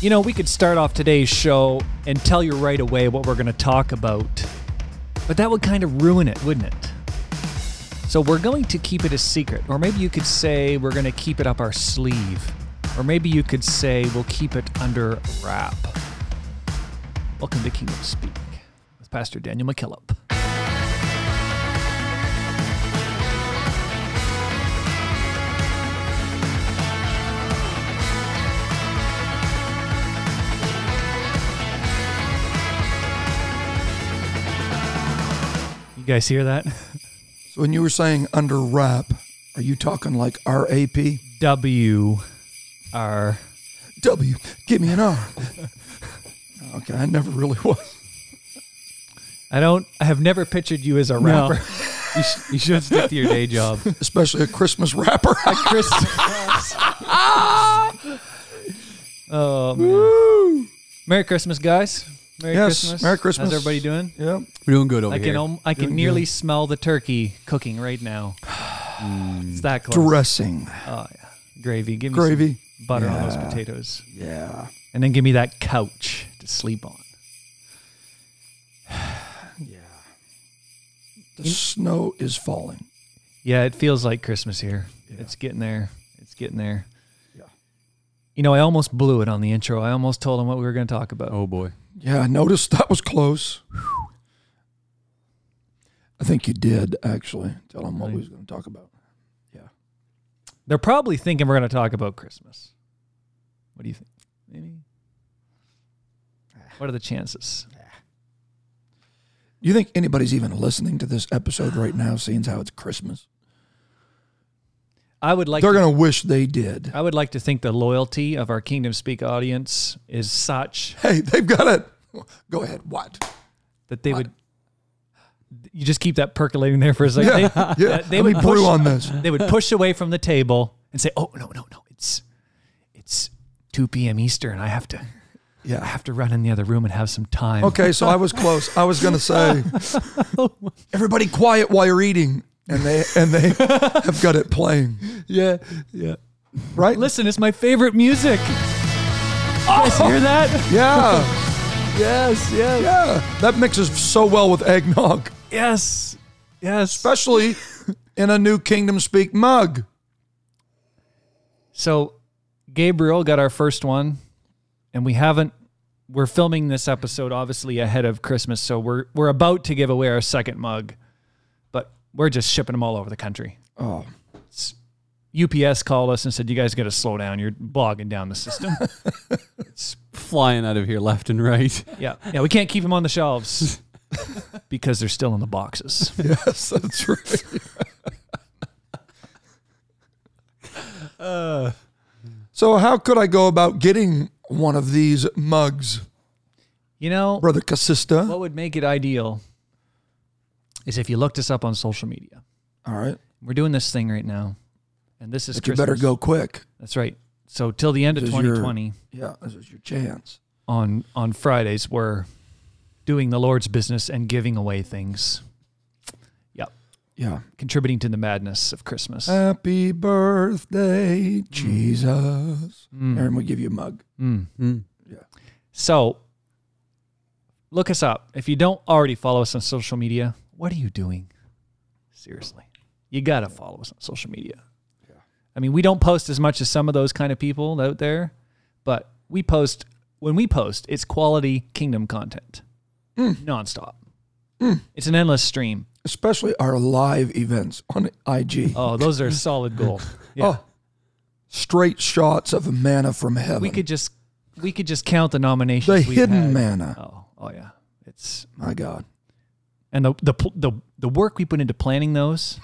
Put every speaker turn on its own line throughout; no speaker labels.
You know, we could start off today's show and tell you right away what we're going to talk about, but that would kind of ruin it, wouldn't it? So we're going to keep it a secret, or maybe you could say we're going to keep it up our sleeve, or maybe you could say we'll keep it under wrap. Welcome to Kingdom Speak with Pastor Daniel McKillop. You guys hear that?
So when you were saying under wrap, are you talking like R A P?
W R.
W, give me an R. okay, I never really was.
I don't. I have never pictured you as a rapper.
you, sh- you should stick to your day job.
Especially a Christmas rapper.
Chris. oh man! Merry Christmas, guys. Merry
Yes,
Christmas.
Merry Christmas.
How's everybody doing?
yeah.
We're doing good over
I
here.
can om- I can nearly smell the turkey cooking right now.
Mm.
it's that close.
Dressing.
Oh yeah, gravy. Give me some
Gravy.
butter on those potatoes,
Yeah.
and then give me that couch to sleep on.
Yeah. The snow is falling.
Yeah, it feels like Christmas here. It's getting there. It's getting there.
Yeah.
You know, I almost blew it on the intro. I almost told him what we were going to talk about.
oh boy.
Yeah, I noticed that was close. I think you did actually tell him what we was going to talk about.
They're probably thinking we're going to talk about Christmas. What do you think? Maybe.
Ah.
What are the chances?
Do you think anybody's even listening to this episode right now, seeing as how it's Christmas?
I would like.
They're
to,
going to wish they did.
I would like to think the loyalty of our Kingdom Speak audience is such
Hey, they've got it. Go ahead. What?
that they would. You just keep that percolating there for a second.
Yeah,
They,
yeah.
they
Let me
would push,
brew on this.
They would push away from the table and say, "Oh no, no, no! It's, it's 2 p.m. Eastern. I have to, I
Yeah.
have to run in the other room and have some time."
Okay, so I was close. I was gonna say, everybody quiet while you're eating, and they and they have got it playing,
Yeah. Yeah.
right?
Listen, it's my favorite music. You guys hear that?
Yeah,
Yes. Yes.
yeah. That mixes so well with eggnog,
Yes. Yes.
especially in a new Kingdom Speak mug.
So, Gabriel got our first one, and we haven't. We're filming this episode obviously ahead of Christmas, so we're we're about to give away our second mug, but we're just shipping them all over the country.
Oh,
UPS called us and said, "You guys got to slow down. You're bogging down the system."
Flying out of here left and right.
yeah, yeah, we can't keep them on the shelves because they're still in the boxes.
yes, that's right.
Uh,
so, how could I go about getting one of these mugs,
You know,
Brother Casista?
what would make it ideal is if you looked us up on social media.
All right,
We're doing this thing right now, and this is
but you better
Christmas.
go quick.
That's right. So till the end of
This is your-
2020
Yeah, this is your chance.
on on Fridays we're doing the Lord's business and giving away things,
Yeah.
contributing to the madness of Christmas.
Uh, Happy birthday, Jesus. Aaron, we give you a mug.
Mm.
Mm.
So look us up. If you don't already follow us on social media, what are you doing? Seriously. You got to follow us on social media. I mean, we don't post as much as some of those kind of people out there, but we post when we post, it's quality kingdom content. Nonstop. It's an endless stream.
Especially our live events on IG.
Oh, those are solid gold. Yeah.
Oh, straight shots of manna from heaven.
we could just we could just count the nominations.
the
we've
hidden
had.
manna.
Oh, oh yeah. It's
My God.
and the the pl- the the work we put into planning those.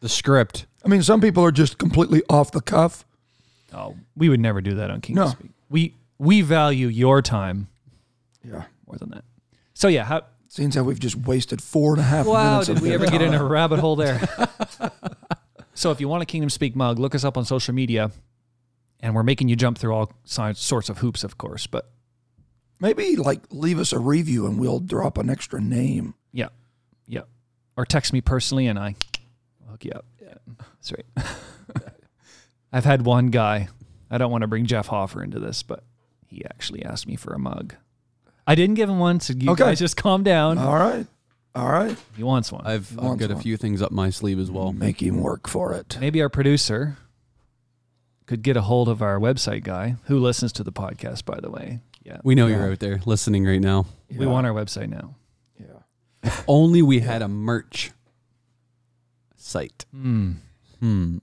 The script.
I mean, some people are just completely off the cuff.
Oh, we would never do that on Kingdom
No.
Speak. We we value your time
Yeah.
more than that. So yeah, how,
Seems how we've just wasted four and a half
wow,
minutes.
did
of
we
their
ever get in a
time.
rabbit hole there? so if you want a Kingdom Speak mug, look us up on social media, and we're making you jump through all si- sorts of hoops, of course. But
Maybe like leave us a review and we'll drop an extra name.
Yeah. Yeah. Or text me personally and I will hook you up. Yeah. That's right. I've had one guy, I don't want to bring Jeff Hoffer into this, but He actually asked me for a mug. I didn't give him one, so you
Okay.
guys just calm down.
All right. All right.
he wants one.
I've, I've
wants
got a
one.
few things up my sleeve as well.
Make him work for it.
Maybe our producer could get a hold of our website guy who listens to the podcast, by the way. Yeah.
We know you're out there listening right now.
We want our website now.
Yeah.
Only we had a merch site.
Hmm.
Hmm.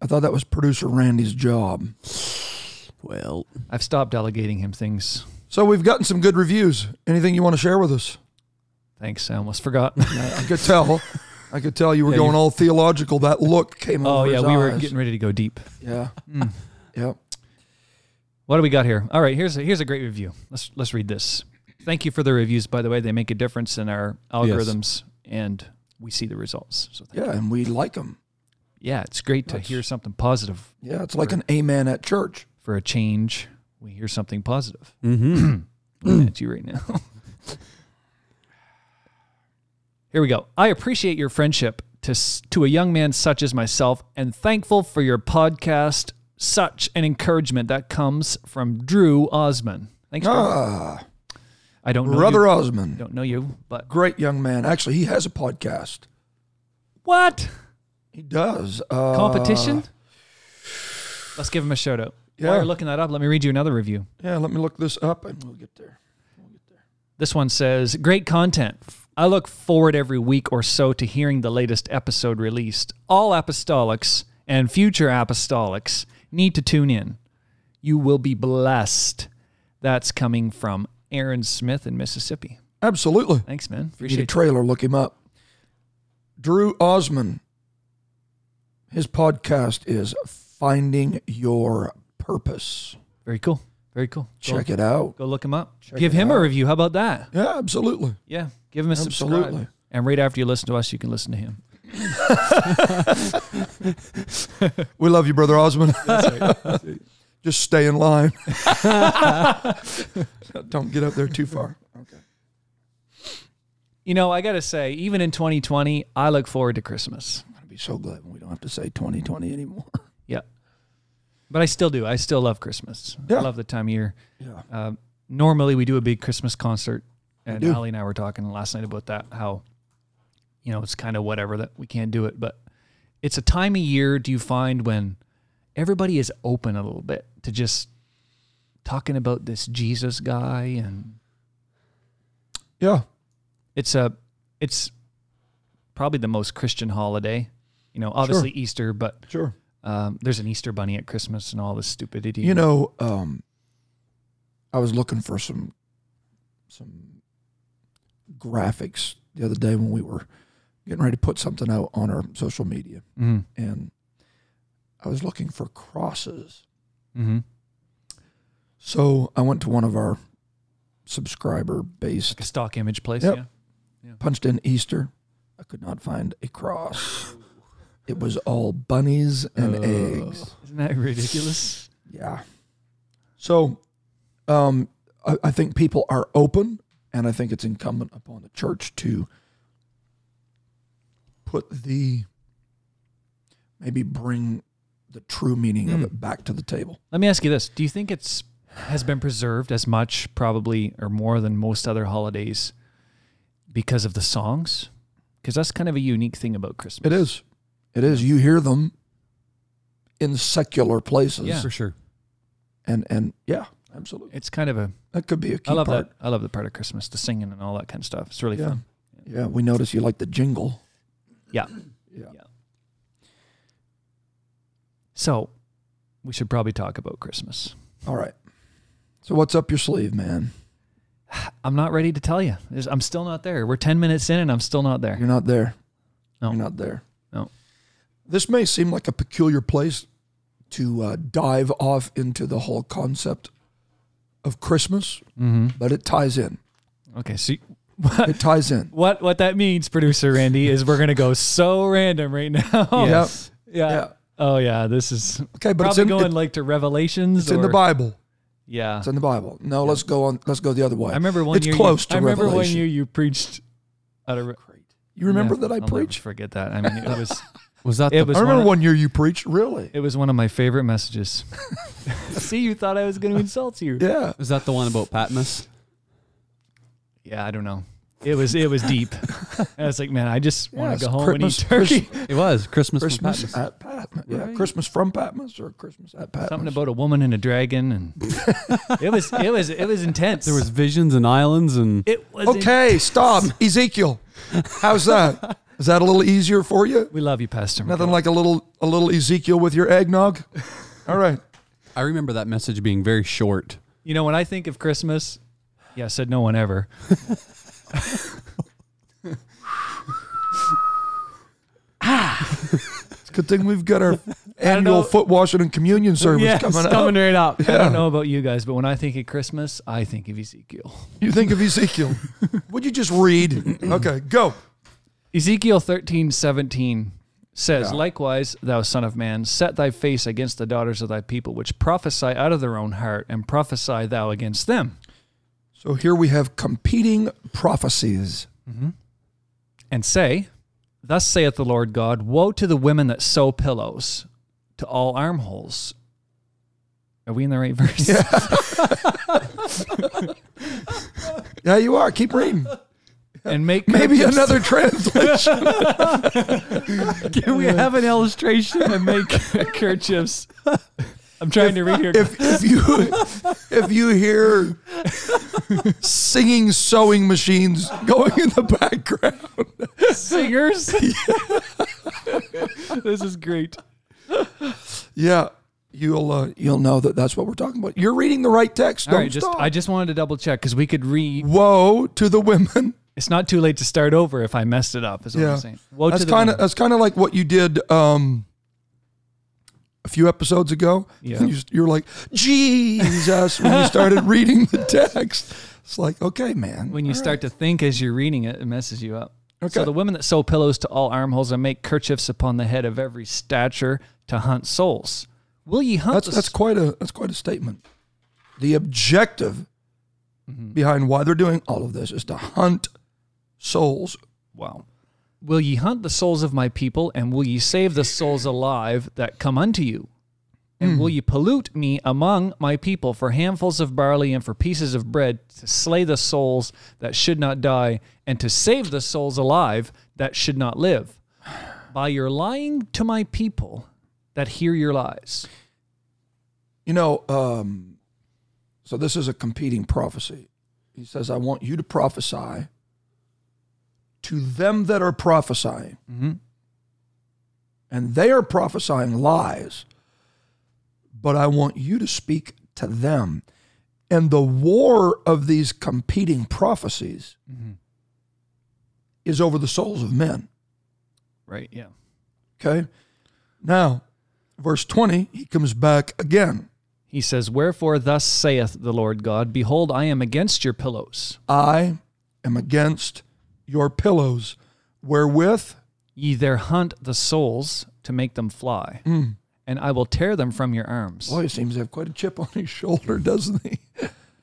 I thought that was producer Randy's job.
Well,
I've stopped delegating him things.
So we've gotten some good reviews. Anything you want to share with us?
Thanks. I almost forgot.
I could tell. I could tell you were
Yeah,
going
you-
all theological. That look came
oh,
over
yeah.
his
We were
eyes. Hmm.
getting ready to go deep.
Yeah.
Mm.
Yeah.
What do we got here? All right, here's a, here's a great review. Let's let's read this. Thank you for the reviews, by the way. They make a difference in our algorithms, and we see the results. So thank
Yeah. And we like them.
yeah, it's great to
That's-
hear something positive
Yeah. It's like an amen at church.
for a change. We hear something positive.
mm-hmm.
Looking at you right now. Here we go. I appreciate your friendship to s- to a young man such as myself, and thankful for your podcast. Such an encouragement that comes from Drew Osman. Thanks, Drew.
Ah,
I don't know
Brother
you.
Osmond.
Don't know you, but
Great young man. Actually, he has a podcast.
What?
He does. Uh,
Competition? Let's give him a shout out. While
Yeah.
you're looking that up, let me read you another review.
Yeah, let me look this up and we'll get there.
This one says, Great content. I look forward every week or so to hearing the latest episode released. All apostolics and future apostolics need to tune in. You will be blessed. That's coming from Aaron Smith in Mississippi.
Absolutely.
Thanks, man.
If you need
Appreciate
a
it.
trailer, look him up. Drew Osman. His podcast is Finding Your Purpose.
Very cool. Very cool. Go,
Check it out.
go look him up.
Check
give
it
him a
out.
review. How about that?
Yeah, absolutely.
Yeah. Give him a
Absolutely.
subscribe. And right after you listen to us, you can listen to him.
We love you, Brother Osman. Just stay in line. Don't get up there too far. Okay.
You know, I got to say, even in 2020, I look forward to Christmas.
I'm going to be so glad when we don't have to say 2020 anymore.
Yeah. But I still do. I still love Christmas. I
Yeah.
love the time of year.
Yeah.
Um, normally, we do a big Christmas concert. And
do.
Allie and I were talking last night about that, how, you know, it's kind of whatever that we can't do it. But it's a time of year, do you find, when everybody is open a little bit to just talking about this Jesus guy and
Yeah.
it's a it's probably the most Christian holiday. You know, obviously Easter, but
Sure.
um, there's an Easter bunny at Christmas and all this stupidity.
You know, um, I was looking for some some graphics the other day when we were getting ready to put something out on our social media,
hmm
and I was looking for crosses.
hmm
So I went to one of our subscriber based,
like a stock image place.
Yep.
Yeah,
punched in Easter. I could not find a cross. It was all bunnies and eggs.
isn't that ridiculous?
Yeah. So, um, I, I think people are open, and I think it's incumbent upon the church to put the maybe bring the true meaning
Hmm.
of it back to the table.
Let me ask you this: Do you think it's has been preserved as much, probably, or more than most other holidays because of the songs? Because that's kind of a unique thing about Christmas.
It is. It is. You hear them in secular places,
Yeah.
For sure.
and and yeah, absolutely.
It's kind of a.
That could be a key
I love
part.
that. I love the part of Christmas, the singing and all that kind of stuff. It's really
Yeah.
fun.
Yeah, we notice you like the jingle.
Yeah.
Yeah.
So, we should probably talk about Christmas.
All right. So what's up your sleeve, man?
I'm not ready to tell you. There's- I'm still not there. We're 10 minutes in and I'm still not there.
You're not there.
No.
You're not there.
No.
This may seem like a peculiar place to uh, dive off into the whole concept of Christmas, but it ties in.
Okay, so
It ties in.
what what that means, producer Randy, is we're going to go so random right now.
Yes.
Yeah.
Yeah.
Oh yeah, this is
Okay, but it's
probably
in,
going
it-
like to Revelations
it's in the
or-
Bible.
Yeah.
It's in the Bible. No, let's go on. Let's go the other way.
I remember one
it's
year
close
you,
to
I remember
Revelation.
one year you preached at a re-
you remember
Yeah,
that I
I'll never
preached?
forget that. I mean, it was
Was that
It
the
was
I
one
remember
of-
one year you preached. Really?
It was one of my favorite messages. See, you thought I was going to insult you.
Yeah.
was that the one about Patmos?
Yeah, I don't know. It was it was deep. I was like, man, I just want
Yes,
to go home
Christmas-
and eat turkey.
It was Christmas. from
Christmas
Patmos.
at Patmos. Yeah,
Right.
Christmas from Patmos or Christmas at Patmos.
Something about a woman and a dragon, and it was it was it was intense.
There was visions and islands and
it was in-
Okay, stop. Ezekiel. How's that? Is that a little easier for you?
we love you, Pastor.
Nothing like a little a little Ezekiel with your eggnog? All right.
I remember that message being very short.
You know, when I think of Christmas, yeah, said no one ever.
It's a good thing we've got our
know.
annual foot washing and communion service
yeah,
coming
it's
up.
coming right up. I
Yeah.
don't know about you guys, but when I think of Christmas, I think of Ezekiel.
You think of Ezekiel. Would you just read? Okay, go.
Ezekiel thirteen seventeen says, Likewise, thou son of man, set thy face against the daughters of thy people, which prophesy out of their own heart, and prophesy thou against them.
So here we have competing prophecies.
and say, Thus saith the Lord God, Woe to the women that sew pillows to all armholes. Are we in the right verse?
Yeah, you are. Keep reading.
And make
Maybe
curtains-
another translation.
Can we have an illustration and make kerchiefs? I'm trying to read here.
if, if you if you hear singing sewing machines going in the background,
singers. this is great.
yeah, you'll uh, you'll know that that's what we're talking about. You're reading the right text.
All
Don't
right, just
stop.
I just wanted to double check because we could read.
Woe to the women.
It's not too late to start over if I messed it up. Is what
Yeah,
I'm saying. Woe
that's
to the
kind of
women.
that's kind of like what you did um, a few episodes ago.
Yeah.
And you, you're like Jesus when you started reading the text. It's like okay, man.
when you start to think as you're reading it, it messes you up.
Okay.
So the women that sew pillows to all armholes and make kerchiefs upon the head of every stature to hunt souls. Will ye hunt?
That's
the-
that's quite a that's quite a statement. The objective
Mm-hmm.
behind why they're doing all of this is to hunt souls.
wow. Will ye hunt the souls of my people, and will ye save the souls alive that come unto you? And
Hmm.
will ye pollute me among my people for handfuls of barley and for pieces of bread to slay the souls that should not die, and to save the souls alive that should not live? By your lying to my people that hear your lies.
You know, um, so this is a competing prophecy. He says, "I want you to prophesy to them that are prophesying, and they are prophesying lies, but I want you to speak to them." And the war of these competing prophecies is over the souls of men.
Right, yeah.
Okay. Now, verse 20, he comes back again.
He says, Wherefore thus saith the Lord God, Behold, I am against your pillows,
I am against your pillows, wherewith
ye there hunt the souls to make them fly, and I will tear them from your arms.
boy he seems to have quite a chip on his shoulder, doesn't he?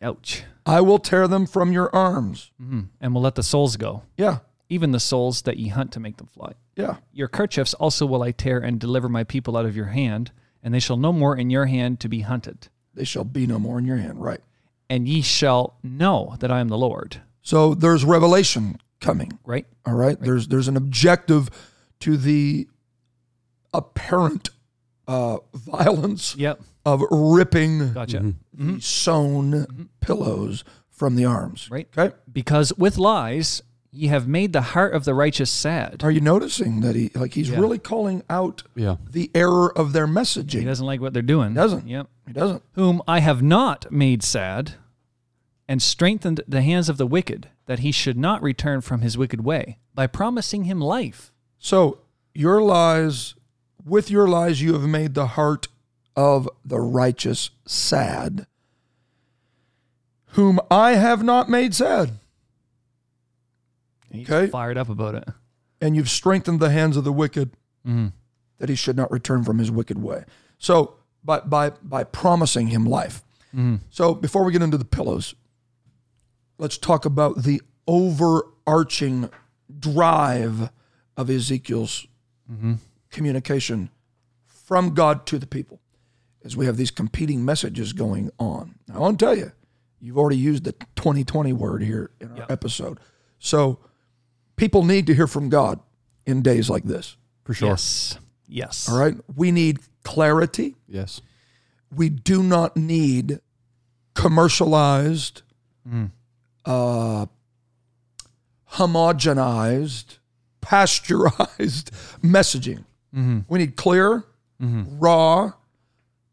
Ouch.
I will tear them from your arms.
Mhm. And will let the souls go,
Yeah,
even the souls that ye hunt to make them fly.
yeah.
Your kerchiefs also will I tear and deliver my people out of your hand, and they shall no more in your hand to be hunted.
They shall be no more in your hand. Right.
And ye shall know that I am the Lord.
So there's revelation coming.
Right?
All right. There's there's an objective to the apparent uh, violence
Yep.
of ripping
Gotcha. Mm-hmm.
the sewn pillows from the arms.
Right.
Okay.
Because with lies ye have made the heart of the righteous sad.
Are you noticing that he like he's
Yeah.
really calling out
Yeah.
the error of their messaging?
He
He doesn't.
doesn't like what they're doing.
doesn't.
Yep. whom I have not made sad, and strengthened the hands of the wicked, that he should not return from his wicked way, by promising him life.
So your lies, with your lies, you have made the heart of the righteous sad, whom I have not made sad,
He's
Okay.
fired up about it.
and you've strengthened the hands of the wicked, that he should not return from his wicked way. So by by by promising him life. So before we get into the pillows, let's talk about the overarching drive of Ezekiel's communication from God to the people as we have these competing messages going on. Now, I want to tell you, you've already used the 2020 word here in our episode. So people need to hear from God in days like this.
For sure.
Yes. Yes.
All right. We need clarity.
Yes.
We do not need commercialized, uh, homogenized, pasteurized messaging. We need clear, raw.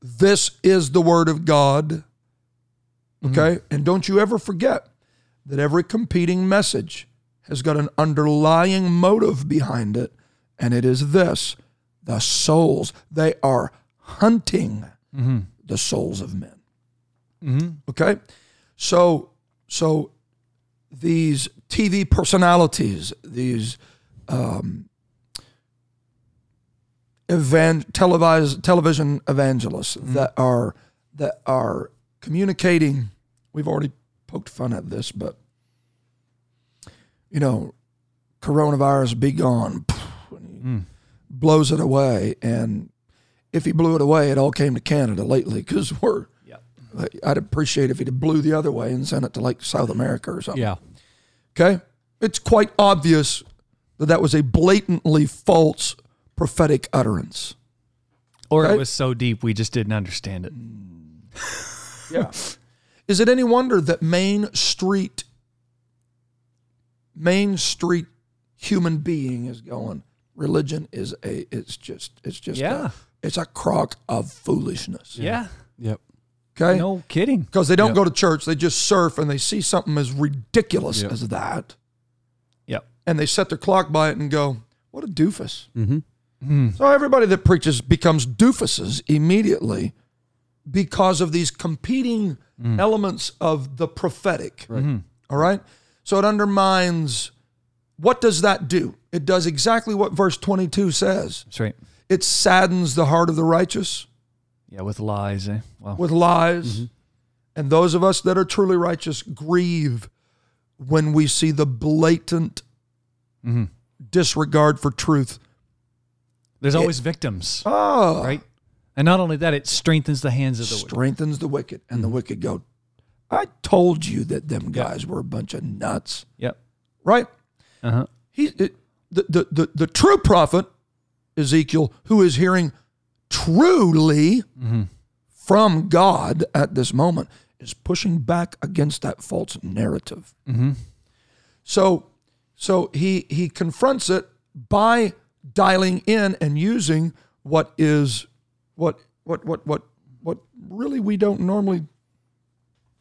This is the word of God. Okay. And don't you ever forget that every competing message has got an underlying motive behind it. And it is this the souls, they are hunting the souls of men. Okay. So, so these TV personalities, these um, evan- televised television evangelists that are that are communicating. We've already poked fun at this, but you know, coronavirus be gone, and he blows it away, and if he blew it away, it all came to Canada lately because we're.
Yep.
I'd appreciate if he'd blew the other way and sent it to like South America or something.
Yeah.
Okay? It's quite obvious that that was a blatantly false prophetic utterance.
Or
Right?
it was so deep we just didn't understand it.
Yeah. Is it any wonder that Main Street, Main Street human being is going, religion is a, it's just, it's just, a-
Yeah.
it's a crock of foolishness.
Yeah.
Yep.
Okay?
No kidding.
Because they don't go to church, they just surf and they see something as ridiculous
Yeah.
as that.
Yep.
and they set their clock by it and go, what a doofus.
Mhm.
So everybody that preaches becomes doofuses immediately because of these competing elements of the prophetic. All right? So it undermines what does that do? It does exactly what verse 22 says.
That's right.
It saddens the heart of the righteous
Yeah, with lies. Eh? Well,
with lies.
Mm-hmm.
And those of us that are truly righteous grieve when we see the blatant
Mm-hmm.
disregard for truth.
there's always victims,
Oh,
right? And not only that, it strengthens the hands of the wicked. Mm-hmm.
strengthens the wicked, and the wicked go, I told you that them guys were a bunch of nuts,
Yep.
right?
Uh huh.
He, it, the, the, the, the true prophet, Ezekiel, who is hearing truly from God at this moment, is pushing back against that false narrative. So, so he, he confronts it by dialing in and using what is what what what what what really we don't normally.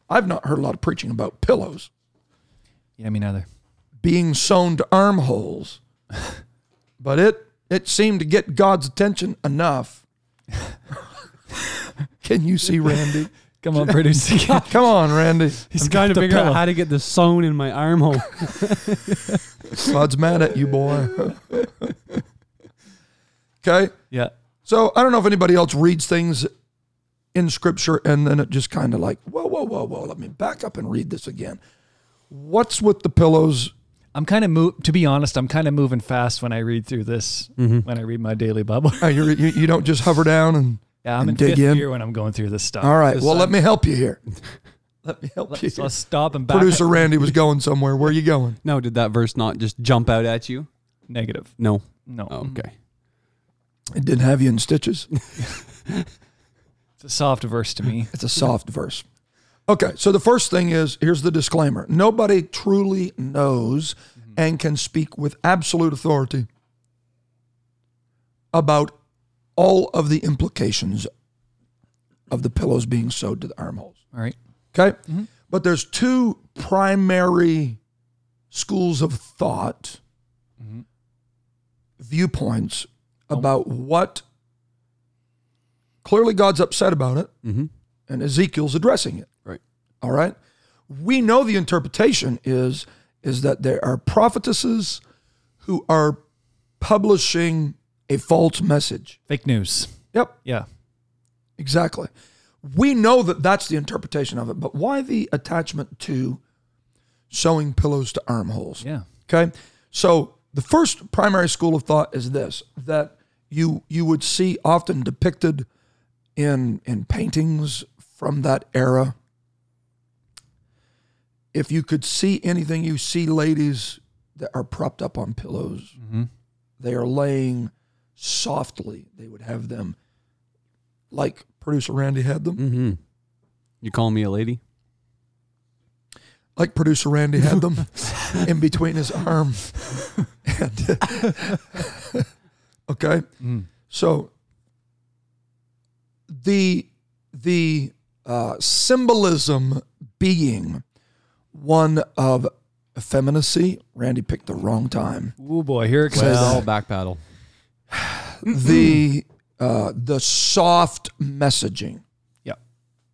I've not heard a lot of preaching about pillows
Yeah, me neither.
being sewn to armholes, but it it seemed to get God's attention enough. Can you see Randy?
Come on, producer. Ken.
Come on, Randy.
He's trying to
the
figure
pillow.
out how to get the sewn in my armhole.
God's mad at you, boy. okay.
yeah.
So I don't know if anybody else reads things in scripture and then it just kind of like, whoa, whoa, whoa, whoa, let me back up and read this again. What's with the pillows?
I'm kind of move. To be honest, I'm kind of moving fast when I read through this.
Mm-hmm.
When I read my daily Bible.
Oh, you're, you, you don't just hover down and.
yeah, I'm
And
in
dig
fifth
in.
gear when I'm going through this stuff.
All right.
This-
Well, let me help you here. Let me help you.
let's,
here.
let's stop and back.
Producer Randy was going somewhere. Where are you going?
no, did that verse not just jump out at you?
Negative.
No.
No.
Oh, okay.
It didn't have you in stitches.
It's a soft verse to me.
It's a soft verse. Okay, so the first thing is here's the disclaimer nobody truly knows and can speak with absolute authority about all of the implications of the pillows being sewed to the armholes.
All right.
Okay. But there's two primary schools of thought, viewpoints about what clearly God's upset about it and Ezekiel's addressing it.
Right.
All right. We know the interpretation is is that there are prophetesses who are publishing a false message.
Fake news.
Yep.
Yeah.
Exactly. We know that that's the interpretation of it, but why the attachment to sewing pillows to armholes?
Yeah.
Okay. So the first primary school of thought is this that you you would see often depicted in in paintings from that era. If you could see anything, you see ladies that are propped up on pillows. They are laying softly. They would have them like producer Randy had them.
Mm-hmm. You call me a lady?
like producer Randy had them in between his arm. and, okay, so the the uh, symbolism being one of effeminacy. Randy picked the wrong time.
Oh boy, here it comes.
Well, back paddle.
The uh, the soft messaging.
Yeah.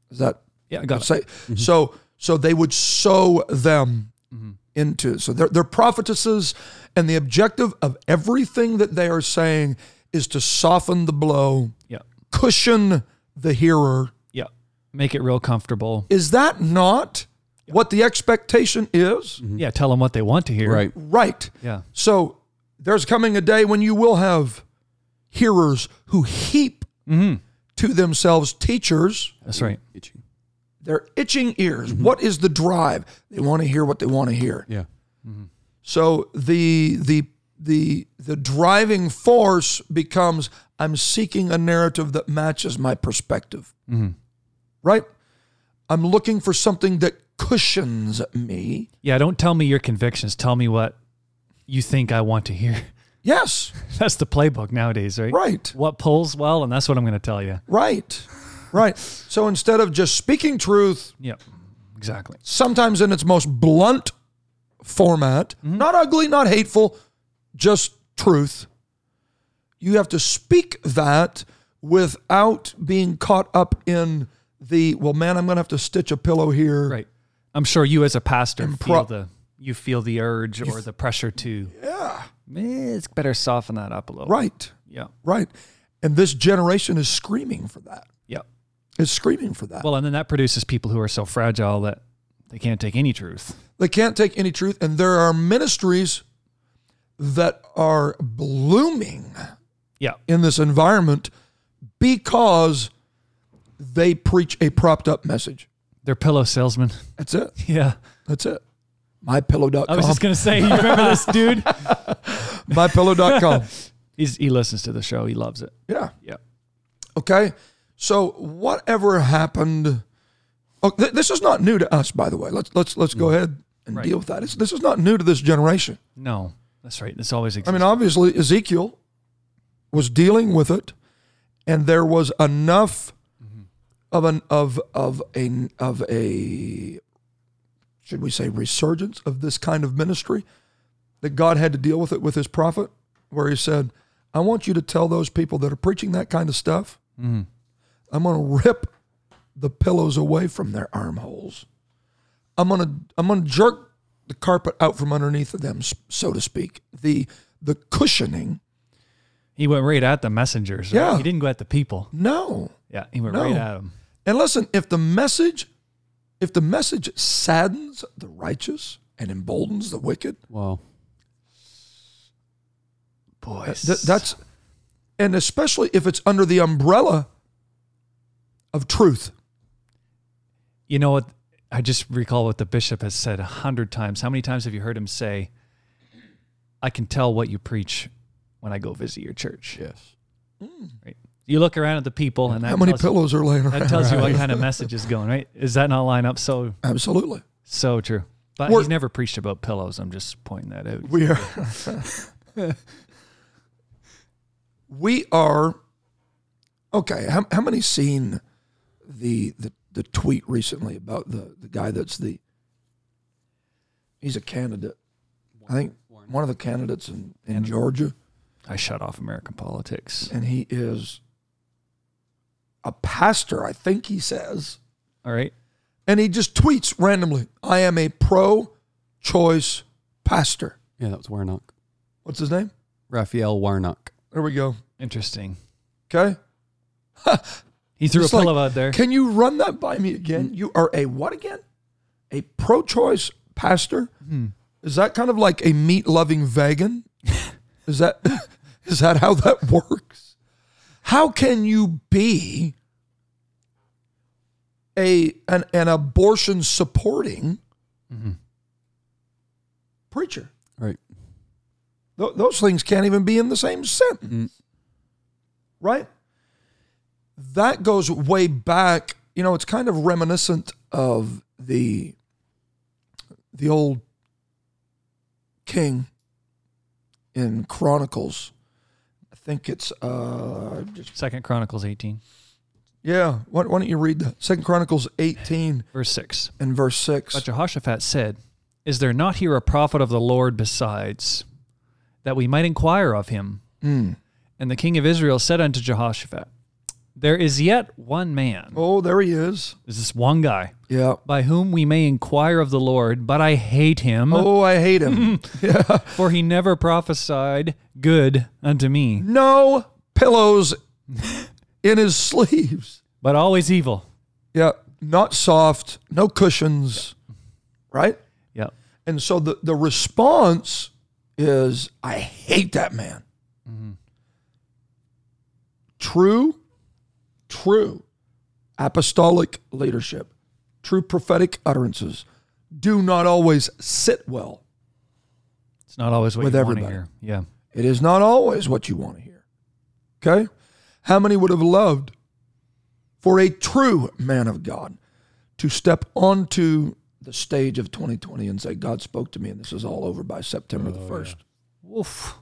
Is that
yeah, I got it.
say so so they would sow them
Mm-hmm.
into so they're, they're prophetesses and the objective of everything that they are saying is to soften the blow
Yeah,
cushion the hearer
yeah. Make it real comfortable.
is that not what the expectation is
Yeah, tell them what they want to hear.
Right.
Mm-hmm. right
Yeah.
so there's coming a day when you will have hearers who heap
Mm-hmm.
to themselves teachers
That's right.
Itchy.
They're itching ears.
Mm-hmm.
What is the drive? They want to hear what they want to hear.
Yeah.
So the the the the driving force becomes I'm seeking a narrative that matches my perspective. Right? I'm looking for something that cushions me.
Yeah, don't tell me your convictions. Tell me what you think I want to hear.
Yes.
That's the playbook nowadays, right?
Right.
What pulls well, and that's what I'm going to tell you.
Right. Right. So instead of just speaking truth,
Yep. Exactly.
sometimes in its most blunt format,
Mm-hmm.
not ugly, not hateful, just truth. You have to speak that without being caught up in the, well, man, I'm going to have to stitch a pillow here.
Right. I'm sure you as a pastor feel
pro-
the you feel the urge or the pressure to. Yeah. It's better soften that up a little.
Right.
Yeah.
Right. And this generation is screaming for that.
Yeah.
Is screaming for that.
Well, and then that produces people who are so fragile that they can't take any truth.
They can't take any truth. And there are ministries that are blooming
Yeah.
in this environment because they preach a propped up message.
They're pillow salesmen.
That's it.
Yeah.
That's it. MyPillow.com.
I was just going to say, you remember this dude?
MyPillow.com.
He's, he listens to the show. He loves it.
yeah.
Yeah.
Okay. So whatever happened, oh, th- this is not new to us, by the way. Let's let's let's
Mm.
go ahead and deal with that. It's, this is not new to this generation.
No, that's right. This always
I
exists.
mean, obviously Ezekiel was dealing with it, and there was enough of an of of a of a should we say resurgence of this kind of ministry that God had to deal with it with His prophet, where He said, "I want you to tell those people that are preaching that kind of stuff, I'm going to rip the pillows away from their armholes. I'm going to I'm going to jerk the carpet out from underneath of them, s- so to speak. The the cushioning.
he went right at the messengers. right?
Yeah.
He didn't go at the people.
No,
Yeah. He went
No.
right at them.
And listen, if the message if the message saddens the righteous and emboldens the wicked,
Wow.
Boys.
uh, th- that's and especially if it's under the umbrella of truth.
You know what? I just recall what the bishop has said a hundred times. How many times have you heard him say, I can tell what you preach when I go visit your church? Mm.
Yes.
Right? You look around at the people and that
How many
tells,
pillows are laying around?
that tells you what kind of message is going, right? Is that not line up? So,
Absolutely.
so true. But
We're-
he's never preached about pillows. I'm just pointing that out.
We are. we are. Okay. How, how many seen the, the the tweet recently about the the guy that's the. He's a candidate. I think one of the candidates in, in Georgia,
I shut off American politics.
and he is a pastor, I think he says.
All right.
And he just tweets randomly I am a pro choice pastor.
Yeah, that was Warnock.
What's his name?
Raphael Warnock.
There we go.
Interesting.
Okay.
He threw
Just
a
like-
pillow out there.
Can you run that by me again? You are a what again? A pro choice pastor? Is that kind of like a meat loving vegan? Is that Is that how that works? How can you be a an, an abortion supporting preacher?
Right.
Th- those things can't even be in the same sentence, right? That goes way back. You know, it's kind of reminiscent of the the old king in Chronicles. I think it's uh, just
Second Chronicles 18,
yeah. Why, why don't you read the Second Chronicles eighteen
verse 6.
and verse six?
But Jehoshaphat said, Is there not here a prophet of the Lord besides, that we might inquire of him?
Hmm.
And the king of Israel said unto Jehoshaphat, There is yet one man,
Oh, there he is.
is this one guy,
Yeah.
by whom we may inquire of the Lord, but I hate him,
Oh, I hate him. yeah.
for he never prophesied good unto me,
No pillows in his sleeves.
but always evil.
Yeah. Not soft. No cushions. Right.
Yep.
And so the, the response is, I hate that man. True, true apostolic leadership, true prophetic utterances do not always sit well.
It's not always what
With
you want to
everybody.
hear. Yeah.
It is not always what you want to hear. Okay? How many would have loved for a true man of God to step onto the stage of 2020 and say, God spoke to me and this is all over by September the 1st?
Woof.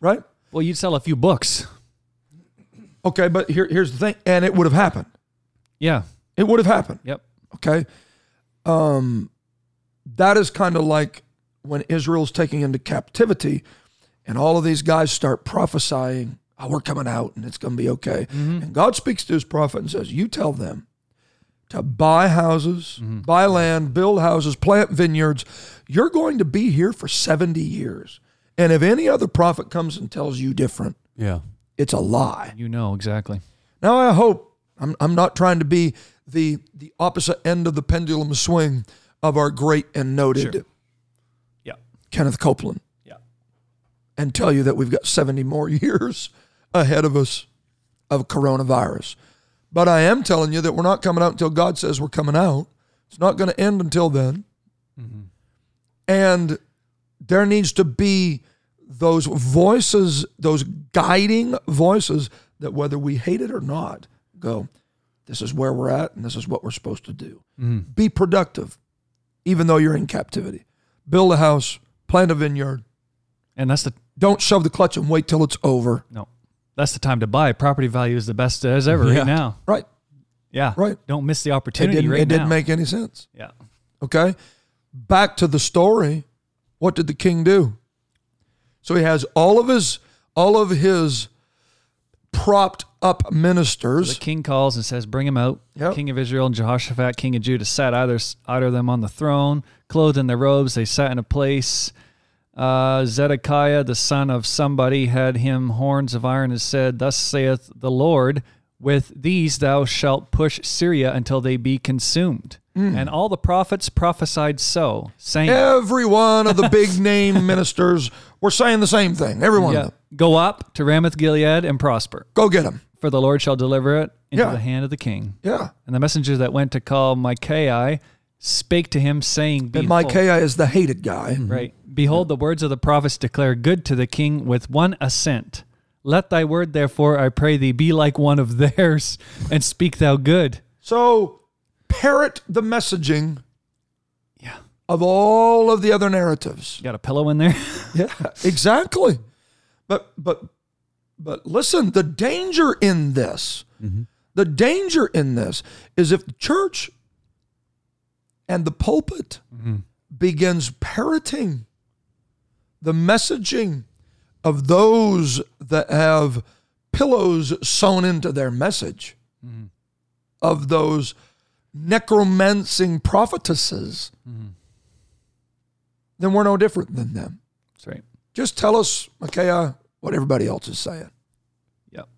Right?
Well, you'd sell a few books.
Okay, but here, here's the thing, and it would have happened.
Yeah.
It would have happened.
Yep.
Okay, um, that is kind of like when Israel's taking into captivity, and all of these guys start prophesying, "Oh, we're coming out, and it's going to be okay." And God speaks to His prophet and says, "You tell them to buy houses, buy land, build houses, plant vineyards. You're going to be here for seventy years, and if any other prophet comes and tells you different,
Yeah.
it's a lie."
You know exactly.
Now I hope I'm, I'm not trying to be the the opposite end of the pendulum swing of our great and noted
Yep.
Kenneth Copeland
Yep.
and tell you that we've got 70 more years ahead of us of coronavirus. But I am telling you that we're not coming out until God says we're coming out. It's not going to end until then. And there needs to be those voices, those guiding voices that whether we hate it or not, go, this is where we're at and this is what we're supposed to do.
Mm-hmm.
Be productive, even though you're in captivity. Build a house, plant a vineyard,
And that's the
don't shove the clutch and wait till it's over.
no. That's the time to buy. Property value is the best as ever
Yeah.
right now.
Right.
Yeah.
Right.
Don't miss the
It
opportunity
didn't,
right
it
now.
didn't make any sense.
yeah.
Okay. Back to the story. What did the king do? So he has all of his all of his propped up
The
ministers.
king calls and says, Bring him out.
Yep.
King of Israel and Jehoshaphat, king of Judah, sat either, either of them on the throne, clothed in their robes. They sat in a place. Uh, Zedekiah, the son of somebody, had him horns of iron and said, Thus saith the Lord, with these thou shalt push Syria until they be consumed.
Hmm.
And all the prophets prophesied so, saying,
Every one of the big name ministers were saying the same thing. Every one
Yeah,
of them.
Go up to Ramoth Gilead and prosper,
Go get him.
for the Lord shall deliver it into
Yeah.
the hand of the king.
Yeah.
And the messenger that went to call Micaiah spake to him, saying,
And
Behold,
Micaiah is the hated guy.
right, behold, the words of the prophets declare good to the king with one assent. Let thy word, therefore, I pray thee, be like one of theirs, and speak thou good.
So parrot the messaging
Yeah.
of all of the other narratives.
You got a pillow in there?
Yeah, exactly. But but but listen, the danger in this, the danger in this is if the church and the pulpit begins parroting the messaging of those that have pillows sewn into their message of those necromancing prophetesses, then we're no different than them
That's right.
just tell us, Micaiah, what everybody else is saying.
Yep.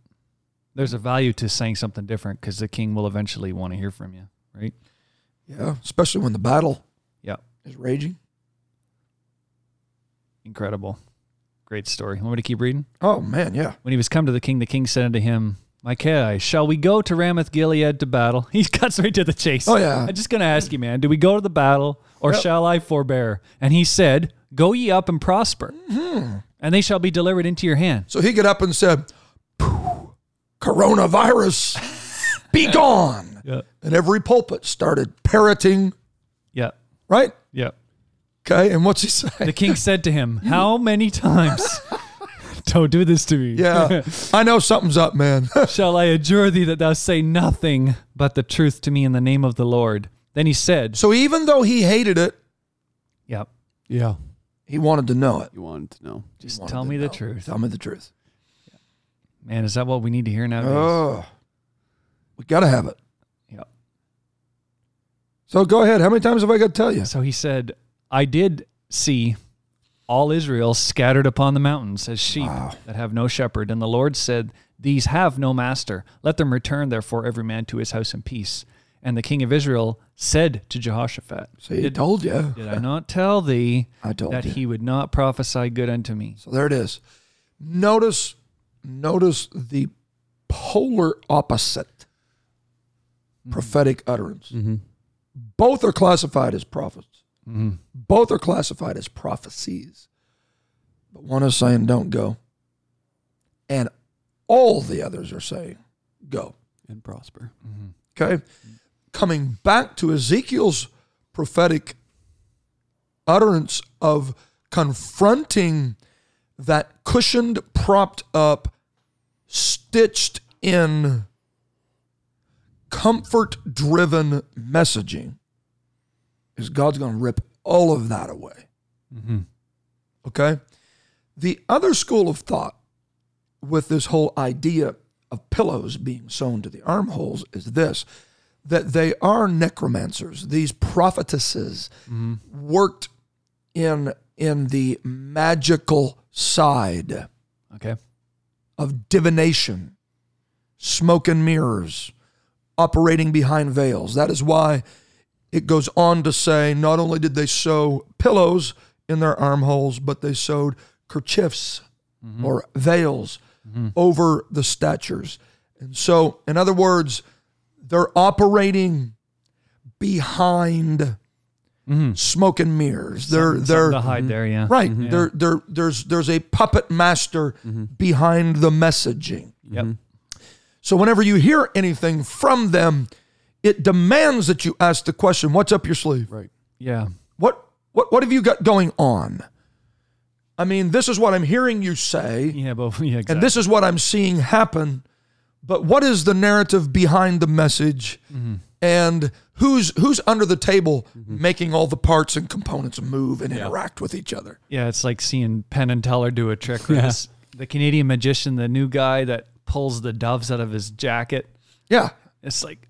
There's a value to saying something different because the king will eventually want to hear from you, right?
Yeah, especially when the battle
Yep.
is raging.
Incredible. Great story. Want me to keep reading?
Oh man, yeah.
When he was come to the king, the king said unto him, Micaiah, shall we go to Ramoth Gilead to battle? He cuts right to the chase.
Oh, yeah.
I'm just going to ask you, man, do we go to the battle or shall I forbear? And he said, Go ye up and prosper,
Mm-hmm.
and they shall be delivered into your hand.
So he got up and said, "Phew, "Coronavirus, be gone!"
Yeah.
And every pulpit started parroting,
Yeah.
right?
Yeah.
Okay, and what's he say?
The king said to him, How many times? Don't do this to me.
Yeah, I know something's up, man.
Shall I adjure thee that thou say nothing but the truth to me in the name of the Lord? Then he said,
so even though he hated it,
Yep,
Yeah.
he wanted to know it.
You wanted to know.
Just
tell me the truth.
Tell me the truth.
Man, is that what we need to hear nowadays?
Oh, we gotta have it.
Yep.
So go ahead. How many times have I got to tell you?
So he said, I did see all Israel scattered upon the mountains as sheep that have no shepherd. And the Lord said, These have no master. Let them return, therefore, every man to his house in peace. And the king of Israel said to Jehoshaphat,
See, he told you.
Did I not tell thee
I told
that
you.
he would not prophesy good unto me?
So there it is. Notice, notice the polar opposite prophetic utterance. Both are classified as prophets. Both are classified as prophecies. But one is saying, "Don't go," and all the others are saying, "Go."
And prosper.
Okay. Coming back to Ezekiel's prophetic utterance of confronting that cushioned, propped up, stitched in, comfort driven messaging is God's going to rip all of that away. Okay. The other school of thought with this whole idea of pillows being sewn to the armholes is this that they are necromancers these prophetesses worked in in the magical side
Okay.
of divination smoke and mirrors operating behind veils that is why it goes on to say not only did they sew pillows in their armholes but they sewed kerchiefs or veils over the statures. And so, in other words, they're operating behind smoke and mirrors. They're they're
to hide there, Mm-hmm. yeah.
right. They're, they're, there's there's a puppet master behind the messaging.
Yep.
So whenever you hear anything from them, it demands that you ask the question, "What's up your sleeve?"
Right.
Yeah.
what what what have you got going on? I mean, this is what I'm hearing you say,
Yeah, but yeah, exactly.
and this is what I'm seeing happen. But what is the narrative behind the message,
Mm-hmm.
and who's who's under the table making all the parts and components move and interact with each other?
yeah, it's like seeing Penn and Teller do a trick. Right?
Yeah.
This- The Canadian magician, the new guy that pulls the doves out of his jacket.
Yeah,
It's like,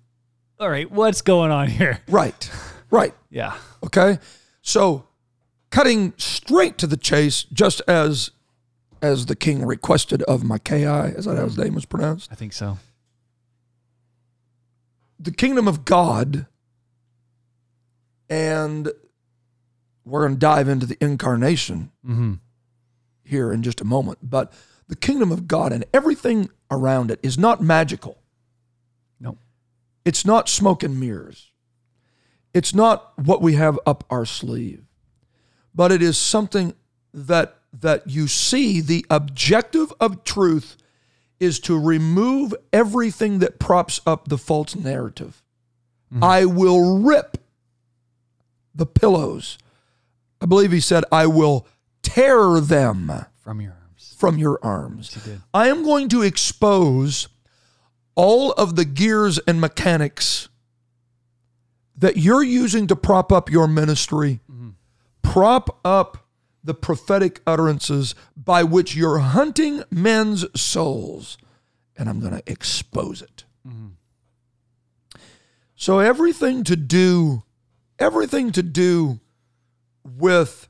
all right, what's going on here?
right, right.
Yeah.
Okay, so cutting straight to the chase, just as as the king requested of Micaiah, is that how his name was pronounced?
I think so.
the kingdom of God, and we're going to dive into the incarnation
Mm-hmm.
here in just a moment. But the kingdom of God and everything around it is not magical.
No.
It's not smoke and mirrors. It's not what we have up our sleeve. But it is something that that you see the objective of truth is to remove everything that props up the false narrative. I will rip the pillows. I believe he said I will tear them
From your arms.
from your arms.
did.
I am going to expose all of the gears and mechanics that you're using to prop up your ministry, prop up the prophetic utterances by which you're hunting men's souls, and I'm going to expose it. So everything to do, everything to do with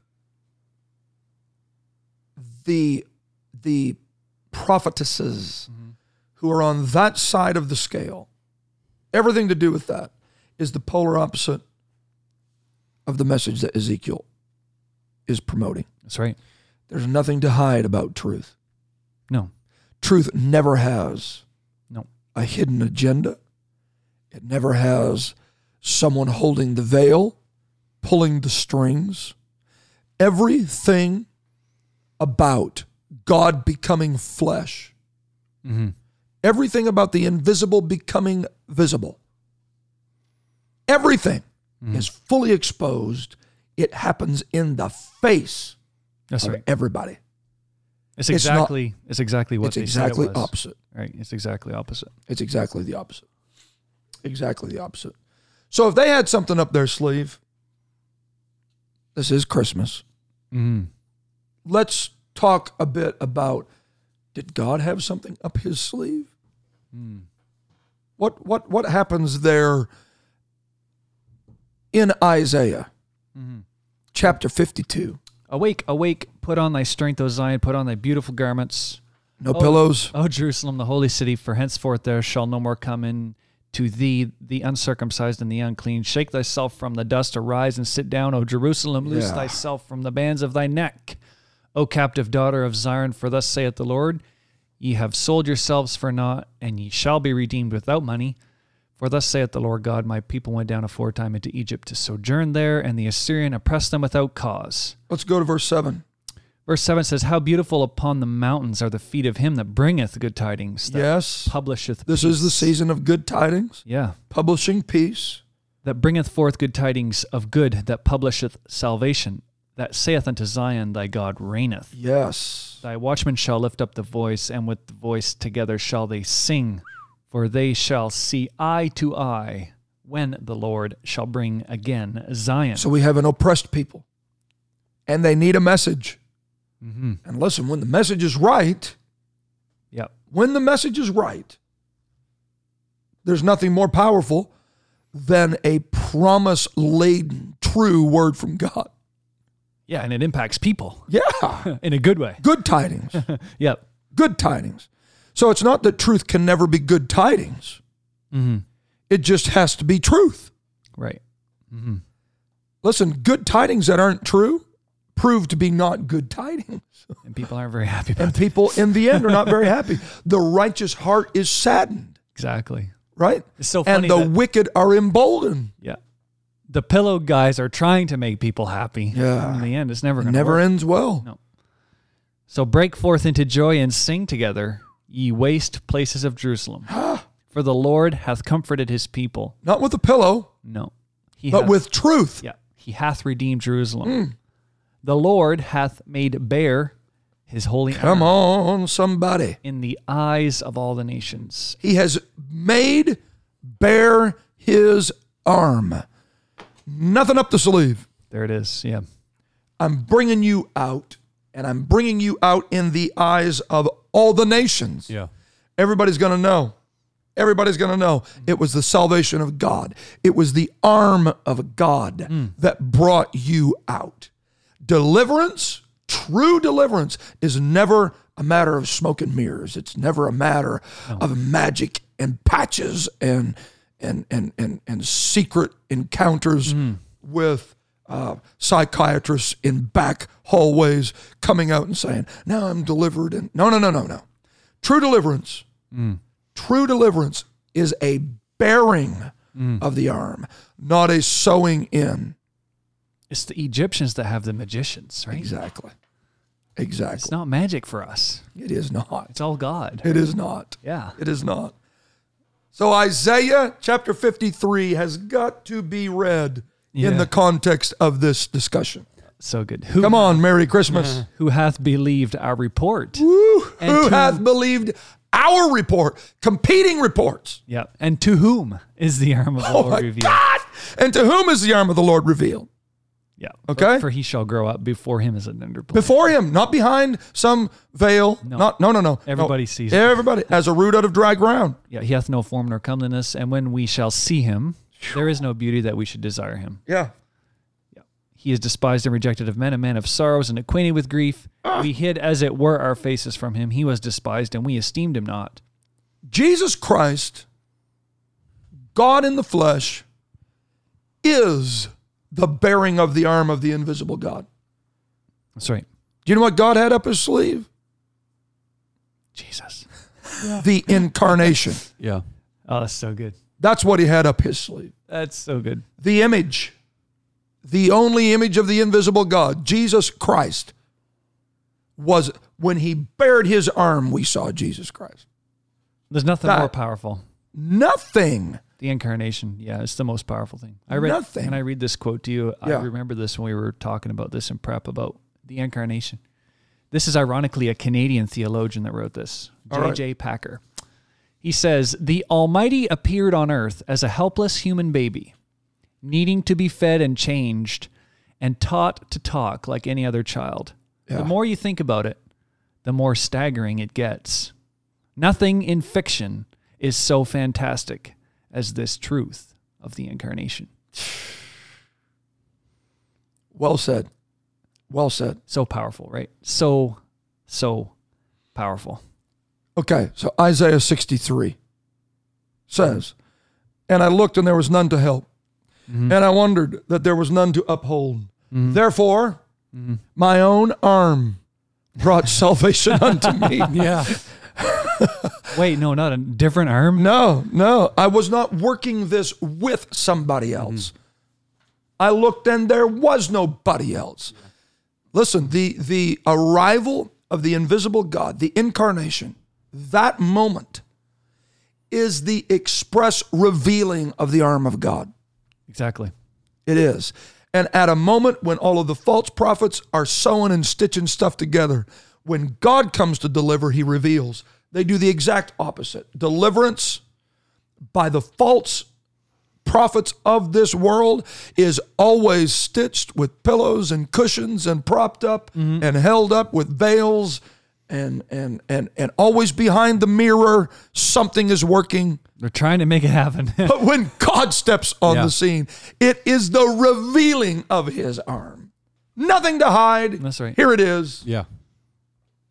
the the prophetesses who are on that side of the scale. Everything to do with that is the polar opposite of the message that Ezekiel is promoting.
That's right.
There's nothing to hide about truth.
No.
Truth never has
No.
a hidden agenda. It never has someone holding the veil, pulling the strings. Everything about God becoming flesh,
Mm-hmm.
everything about the invisible becoming visible, everything
Mm-hmm.
is fully exposed. It happens in the face
That's
of
right.
everybody.
It's
it's not-
exactly it's, exactly what
it's
they
exactly
said it was.
opposite.
Right. It's exactly opposite.
It's exactly the opposite. Exactly the opposite. So if they had something up their sleeve, this is Christmas.
Mm.
Let's talk a bit about did God have something up his sleeve? What what what happens there in Isaiah chapter 52?
Mm-hmm. Awake, awake, put on thy strength, O Zion, put on thy beautiful garments.
No pillows.
O Jerusalem, the holy city, for henceforth there shall no more come in to thee the uncircumcised and the unclean. Shake thyself from the dust, arise and sit down, O Jerusalem, loose
Yeah.
thyself from the bands of thy neck. O captive daughter of Zion, for thus saith the Lord, ye have sold yourselves for naught, and ye shall be redeemed without money. For thus saith the Lord God, my people went down aforetime into Egypt to sojourn there, and the Assyrian oppressed them without cause.
Let's go to verse 7.
Verse 7 says, How beautiful upon the mountains are the feet of him that bringeth good tidings, that
Yes.
publisheth
This is the season of good tidings,
Yeah.
publishing peace.
That bringeth forth good tidings of good, that publisheth salvation, that saith unto Zion, Thy God reigneth.
Yes.
Thy watchmen shall lift up the voice, and with the voice together shall they sing, for they shall see eye to eye when the Lord shall bring again Zion.
So we have an oppressed people, and they need a message.
mm-hmm.
And listen, when the message is right,
Yep.
when the message is right, there's nothing more powerful than a promise laden, true word from God.
Yeah, and it impacts people
Yeah.
in a good way.
Good tidings.
Yep.
Good tidings. So it's not that truth can never be good tidings,
Mm-hmm.
it just has to be truth.
Right.
Listen, good tidings that aren't true prove to be not good tidings.
And people aren't very happy about
And people in the end are not very happy. The righteous heart is saddened,
Exactly.
right?
It's so
and
funny
the
that-
wicked are emboldened.
Yeah. The pillow guys are trying to make people happy.
Yeah.
In the end, it's never
It
going to
never
work.
ends well.
No. So break forth into joy and sing together, ye waste places of Jerusalem. For the Lord hath comforted his people.
Not with a pillow,
No. He
but
hath,
with Hmm. truth.
Yeah. He hath redeemed Jerusalem. The Lord hath made bare his holy
Come
arm
on, somebody.
in the eyes of all the nations.
He has made bare his arm. Nothing up the sleeve.
There it is. Yeah.
I'm bringing you out, and I'm bringing you out in the eyes of all the nations.
Yeah.
Everybody's going to know. Everybody's going to know it was the salvation of God. It was the arm of God that brought you out. Deliverance, true deliverance, is never a matter of smoke and mirrors. It's never a matter of magic and patches and and and and and secret encounters with uh, psychiatrists in back hallways coming out and saying, "Now I'm delivered." And no, no, no, no, no. True deliverance true deliverance is a bearing
Mm.
of the arm, not a sewing in.
It's the Egyptians that have the magicians, right?
Exactly.
It's
Exactly.
not magic for us.
It is not.
It's all God.
It is not.
Yeah.
It is not. So Isaiah chapter 53 has got to be read in
Yeah.
the context of this discussion.
So good. Who
Come on, Merry Christmas.
who hath believed our report. And
Who
to-
hath believed our report, competing reports?
Yeah. And to whom is the arm of the
Oh
Lord
my
revealed?
God. And to whom is the arm of the Lord revealed?
Yeah.
Okay.
For, for he shall grow up before him is an tender plant.
before him, not behind some veil. Not no no no.
Everybody
No.
sees it.
Everybody as a root out of dry ground.
Yeah, he hath no form nor comeliness, and when we shall see him, there is no beauty that we should desire him.
Yeah.
He is despised and rejected of men, a man of sorrows and acquainted with grief.
Ah.
We hid as it were our faces from him. He was despised, and we esteemed him not.
Jesus Christ, God in the flesh, is the bearing of the arm of the invisible God.
That's right.
Do you know what God had up his sleeve?
Jesus.
The incarnation.
Yeah.
Oh, that's so good.
That's what he had up his sleeve.
That's so good.
The image, the only image of the invisible God, Jesus Christ, was when he bared his arm, we saw Jesus Christ.
There's nothing
That-
more powerful.
Nothing.
The incarnation. Yeah, it's the most powerful thing. I read
Nothing.
When I read this quote to you,
Yeah.
I remember this when we were talking about this in prep about the incarnation. This is ironically a Canadian theologian that wrote this,
All right.
J.J. Packer. He says, The Almighty appeared on earth as a helpless human baby, needing to be fed and changed and taught to talk like any other child.
Yeah.
The more you think about it, the more staggering it gets. Nothing in fiction is so fantastic as this truth of the incarnation.
Well said. Well said.
So powerful, right? So, so powerful.
Okay, so Isaiah 63 says, And I looked and there was none to help,
Mm-hmm.
and I wondered that there was none to uphold. Therefore,
Mm-hmm.
my own arm brought salvation unto me.
Yeah.
Wait, no, not a different arm.
No, no, I was not working this with somebody else. I looked and there was nobody else. Listen, the the arrival of the invisible God, the incarnation, that moment is the express revealing of the arm of God.
Exactly.
It is. And at a moment when all of the false prophets are sewing and stitching stuff together, when God comes to deliver, he reveals. They do the exact opposite. Deliverance by the false prophets of this world is always stitched with pillows and cushions and propped up and held up with veils and and and and always behind the mirror something is working
They're trying to make it happen.
but when God steps on
Yeah.
the scene, it is the revealing of his arm. Nothing to hide.
That's right.
Here it is.
Yeah.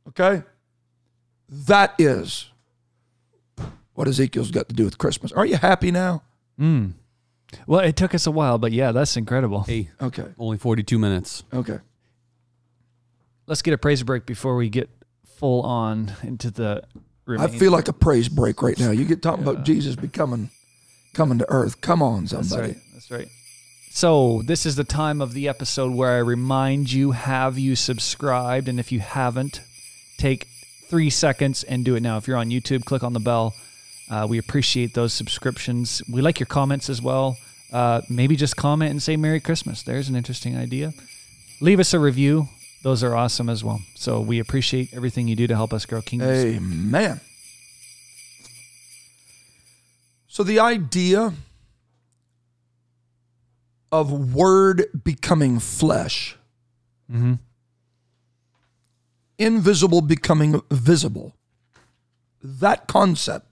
Okay? That is what Ezekiel's got to do with Christmas. Are you happy now?
well, it took us a while, but yeah, that's incredible.
Hey,
Okay.
Oh. only 42 minutes.
Okay.
Let's get a praise break before we get full on into the
I
remaining.
feel like a praise break right now. You get talking about Jesus becoming coming to earth. Come on,
That's
somebody.
right. That's right. So, this is the time of the episode where I remind you have you subscribed? And if you haven't, take three seconds and do it now. If you're on YouTube, click on the bell. Uh, we appreciate those subscriptions. We like your comments as well. Uh, maybe just comment and say Merry Christmas. There's an interesting idea. Leave us a review. Those are awesome as well. So, we appreciate everything you do to help us grow Kingdom.
Amen. So the idea of word becoming flesh, invisible becoming visible, that concept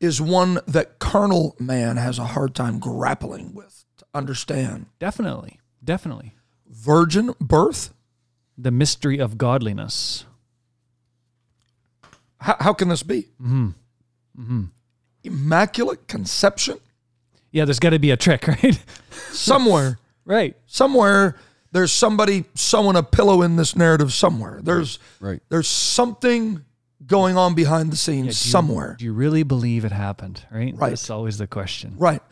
is one that carnal man has a hard time grappling with to understand.
Definitely. Definitely.
Virgin birth,
The mystery of godliness.
how, how can this be?
Mm-hmm.
Immaculate conception.
Yeah, there's got to be a trick, right?
Somewhere,
right.
somewhere, there's somebody sewing a pillow in this narrative somewhere. There's
Right.
there's something going on behind the scenes somewhere.
Do you really believe it happened? Right?
Right.
That's always the question.
Right.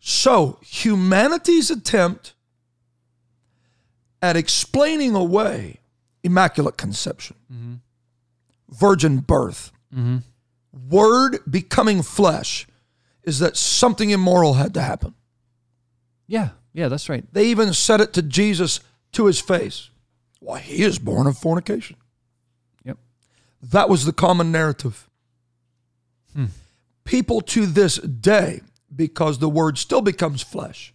So humanity's attempt at explaining away immaculate conception, virgin birth, word becoming flesh, is that something immoral had to happen.
Yeah. Yeah, that's right.
They even said it to Jesus to his face. Why, he is born of fornication.
Yep.
That was the common narrative. People to this day, because the word still becomes flesh,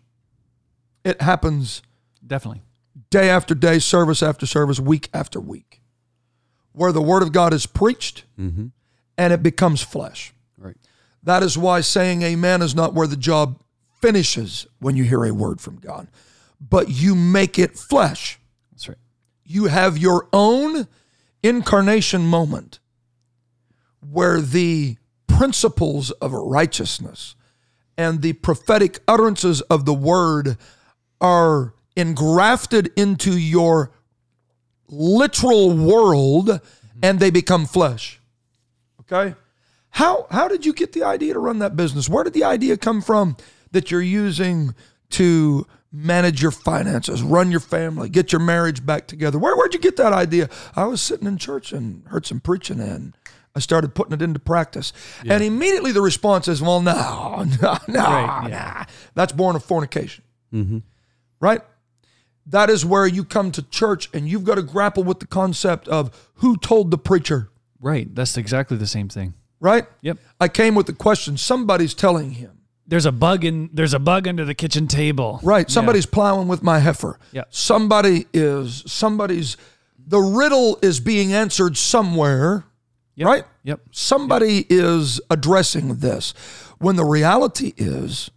it happens
Definitely.
day after day, service after service, week after week, where the word of God is preached and it becomes flesh.
Right.
That is why saying amen is not where the job finishes when you hear a word from God, but you make it flesh.
That's right.
You have your own incarnation moment where the principles of righteousness and the prophetic utterances of the word are engrafted into your literal world and they become flesh. Okay? How how did you get the idea to run that business? Where did the idea come from that you're using to manage your finances, run your family, get your marriage back together? Where where'd you get that idea? I was sitting in church and heard some preaching and I started putting it into practice. And immediately the response is, well, no, no, no, nah. That's born of fornication. Right? That is where you come to church and you've got to grapple with the concept of who told the preacher,
Right. That's exactly the same thing.
right?
Yep.
I came with the question somebody's telling him,
There's a bug in there's a bug under the kitchen table.
right? Somebody's plowing with my heifer.
Yeah.
Somebody is, somebody's, the riddle is being answered somewhere,
Yep.
right?
Yep.
somebody is addressing this when the reality is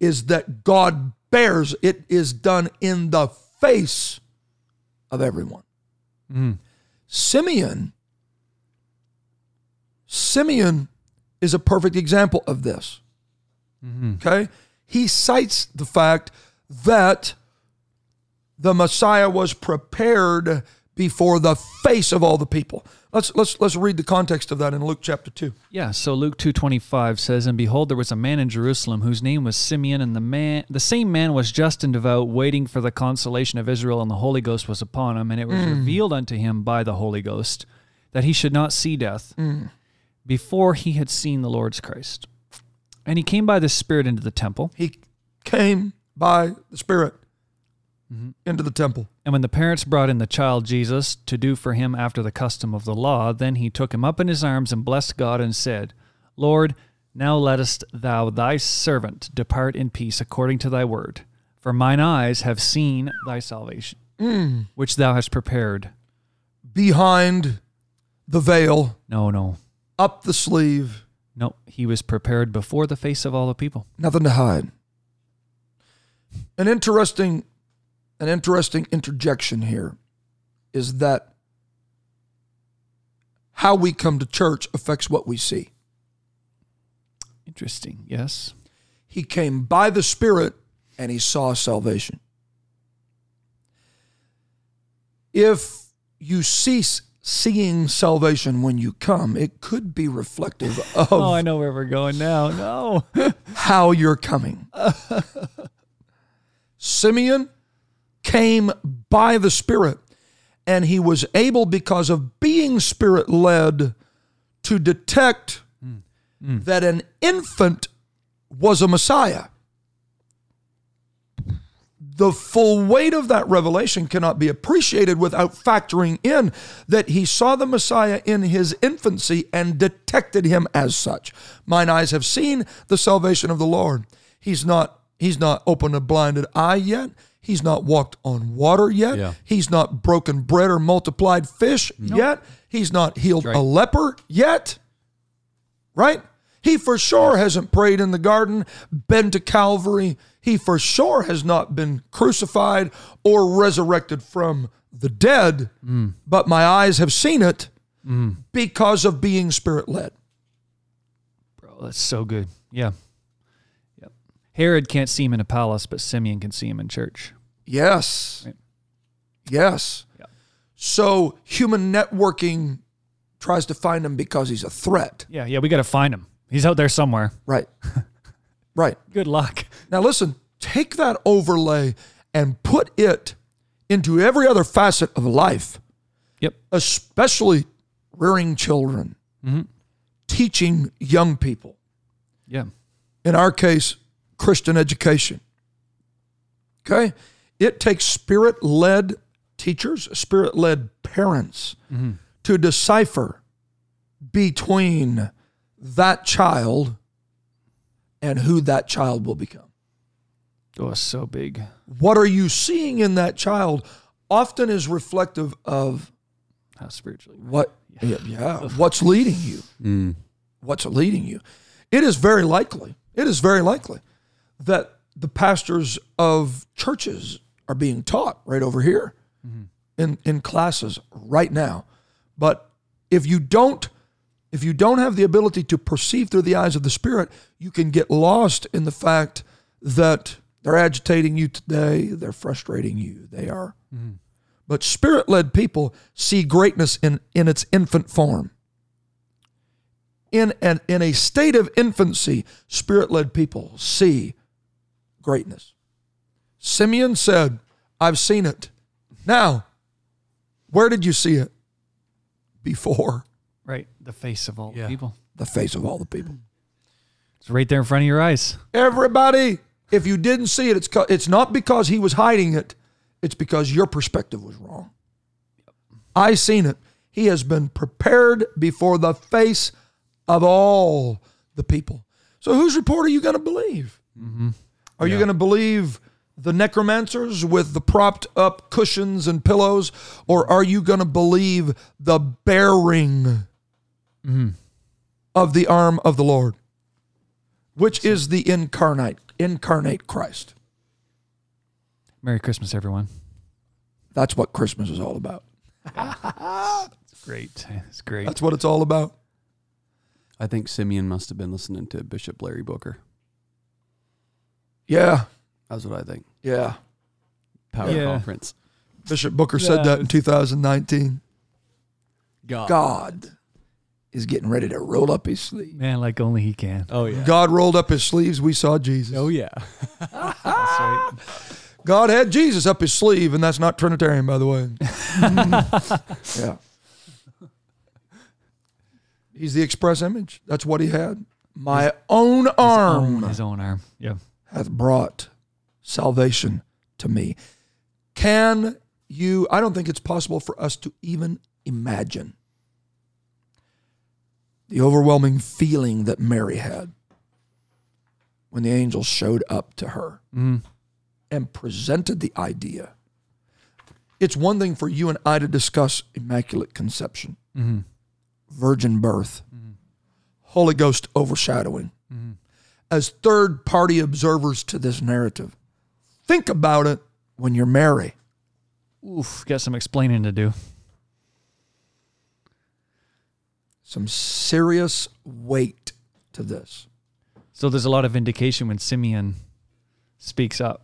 is that god bears it is done in the face of everyone simeon simeon is a perfect example of this okay he cites the fact that the Messiah was prepared before the face of all the people. Let's let's let's read the context of that in Luke chapter 2.
Yeah, so Luke 2:25 says and behold there was a man in Jerusalem whose name was Simeon and the man the same man was just and devout waiting for the consolation of Israel and the Holy Ghost was upon him and it was revealed unto him by the Holy Ghost that he should not see death before he had seen the Lord's Christ. And he came by the spirit into the temple
He came by the Spirit into the temple.
And when the parents brought in the child Jesus to do for him after the custom of the law, then he took him up in his arms and blessed God and said, Lord, now lettest thou thy servant depart in peace according to thy word. For mine eyes have seen thy salvation, which thou hast prepared.
Mm. Behind the veil,
No, no,
up the sleeve,
no. He was prepared before the face of all the people.
nothing to hide. An interesting an interesting interjection here is that how we come to church affects what we see.
Interesting. Yes.
he came by the Spirit and he saw salvation. If you cease seeing salvation when you come, it could be reflective of
Oh, I know where we're going now. No.
how you're coming. Simeon came by the Spirit, and he was able, because of being Spirit led, to detect
Mm.
that an infant was a Messiah. The full weight of that revelation cannot be appreciated without factoring in that he saw the Messiah in his infancy and detected him as such. Mine eyes have seen the salvation of the Lord. He's not he's not opened a blinded eye yet. He's not walked on water yet.
Yeah.
He's not broken bread or multiplied fish yet. He's not healed a leper yet right? He for sure hasn't prayed in the garden, been to Calvary. He for sure has not been crucified or resurrected from the dead,
Mm.
but my eyes have seen it because of being spirit led.
Bro, that's so good. Yeah. Yep. Herod can't see him in a palace, but Simeon can see him in church.
Yes.
Right.
Yes.
Yeah.
So human networking tries to find him because he's a threat.
Yeah, yeah, we got to find him. He's out there somewhere.
Right. right.
Good luck.
Now, listen, take that overlay and put it into every other facet of life,
Yep.
especially rearing children, teaching young people,
Yeah.
in our case, Christian education. Okay? It takes spirit led teachers, spirit led parents to decipher between that child and who that child will become.
Oh, it's so big.
what are you seeing in that child often is reflective of
How spiritually.
what yeah, yeah, what's leading you what's leading you it is very likely it is very likely that the pastors of churches are being taught right over here in in classes right now but if you don't if you don't have the ability to perceive through the eyes of the spirit you can get lost in the fact that they're agitating you today they're frustrating you they are But spirit led people see greatness in, in its infant form. In, an, in a state of infancy, spirit led people see greatness. Simeon said, I've seen it. Now, where did you see it? Before
Right. The face of all
Yeah.
people.
the face of all the people.
It's right there in front of your eyes.
Everybody, if you didn't see it, it's, co- it's not because he was hiding it, it's because your perspective was wrong. I seen it. He has been prepared before the face of all the people. So, whose report are you going to believe? Are you going to believe the necromancers with the propped up cushions and pillows, or are you going to believe the bearing of the arm of the Lord, which is the incarnate incarnate Christ?
Merry Christmas, everyone.
That's what Christmas is all about.
It's great. It's great.
That's what it's all about.
I think Simeon must have been listening to Bishop Larry Booker.
Yeah,
That's what I think.
yeah.
Power
Yeah.
conference.
Bishop Booker said that in 2019. God is getting ready to roll up his sleeves.
Man, like only he can.
Oh yeah.
God rolled up his sleeves. We saw Jesus.
Oh yeah.
That's right.
God had Jesus up his sleeve, and that's not Trinitarian, by the way. yeah. He's the express image. That's what he had. My own arm
Own his own arm. Yeah.
hath brought salvation to me. Can you? I don't think it's possible for us to even imagine the overwhelming feeling that Mary had when the angel showed up to her and presented the idea. It's one thing for you and I to discuss Immaculate Conception, virgin birth, Holy Ghost overshadowing as third party observers to this narrative. Think about it when you're Mary.
Oof. Got some explaining to do.
Some serious weight to this,
So there's a lot of indication when Simeon speaks up.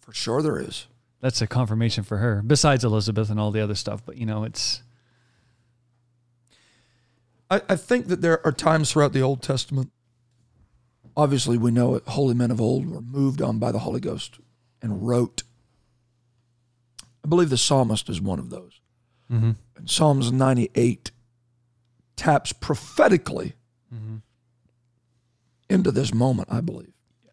for sure. There is.
That's a confirmation for her, besides Elizabeth and all the other stuff. But, you know, it's
I, I think that there are times throughout the Old Testament. Obviously, we know it. Holy men of old were moved on by the Holy Ghost and wrote. I believe the psalmist is one of those. And Psalms 98 taps prophetically into this moment, I believe.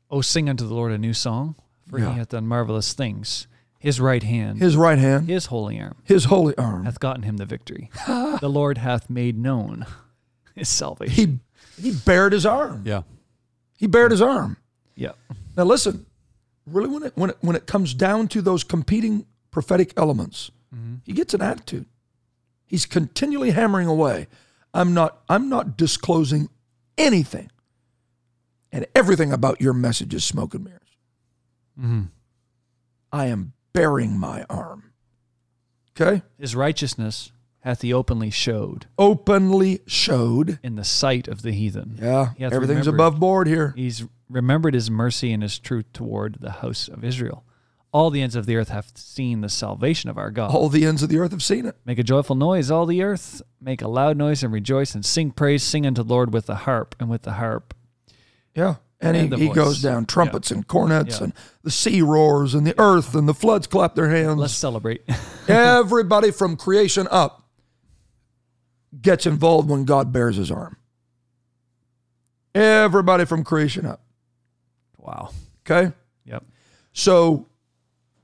Oh, sing unto the Lord a new song, for
Yeah.
he hath done marvelous things. His right hand, his,
His right hand,
holy arm,
his holy arm.
hath gotten him the victory. the Lord hath made known his salvation.
He he bared his arm.
Yeah.
He bared his arm.
Yep.
Now listen, really when it when it when it comes down to those competing prophetic elements, he gets an attitude. He's continually hammering away. I'm not I'm not disclosing anything. And everything about your message is smoke and mirrors. I am bearing my arm. Okay?
His righteousness hath he openly showed
Openly showed.
in the sight of the heathen.
Yeah.
He hath
everything's
remembered-
above board here.
He's remembered his mercy and his truth toward the house of Israel. All the ends of the earth have seen the salvation of our God.
All the ends of the earth have seen it.
Make a joyful noise, all the earth. Make a loud noise and rejoice and sing praise. Sing unto the Lord with the harp and with the harp.
Yeah. And,
And the
he, he
voice.
goes down trumpets and cornets
Yeah.
and the sea roars and the earth and the floods clap their hands.
Let's celebrate.
Everybody from creation up gets involved when God bears his arm. Everybody from creation up.
wow.
Okay.
Yep.
So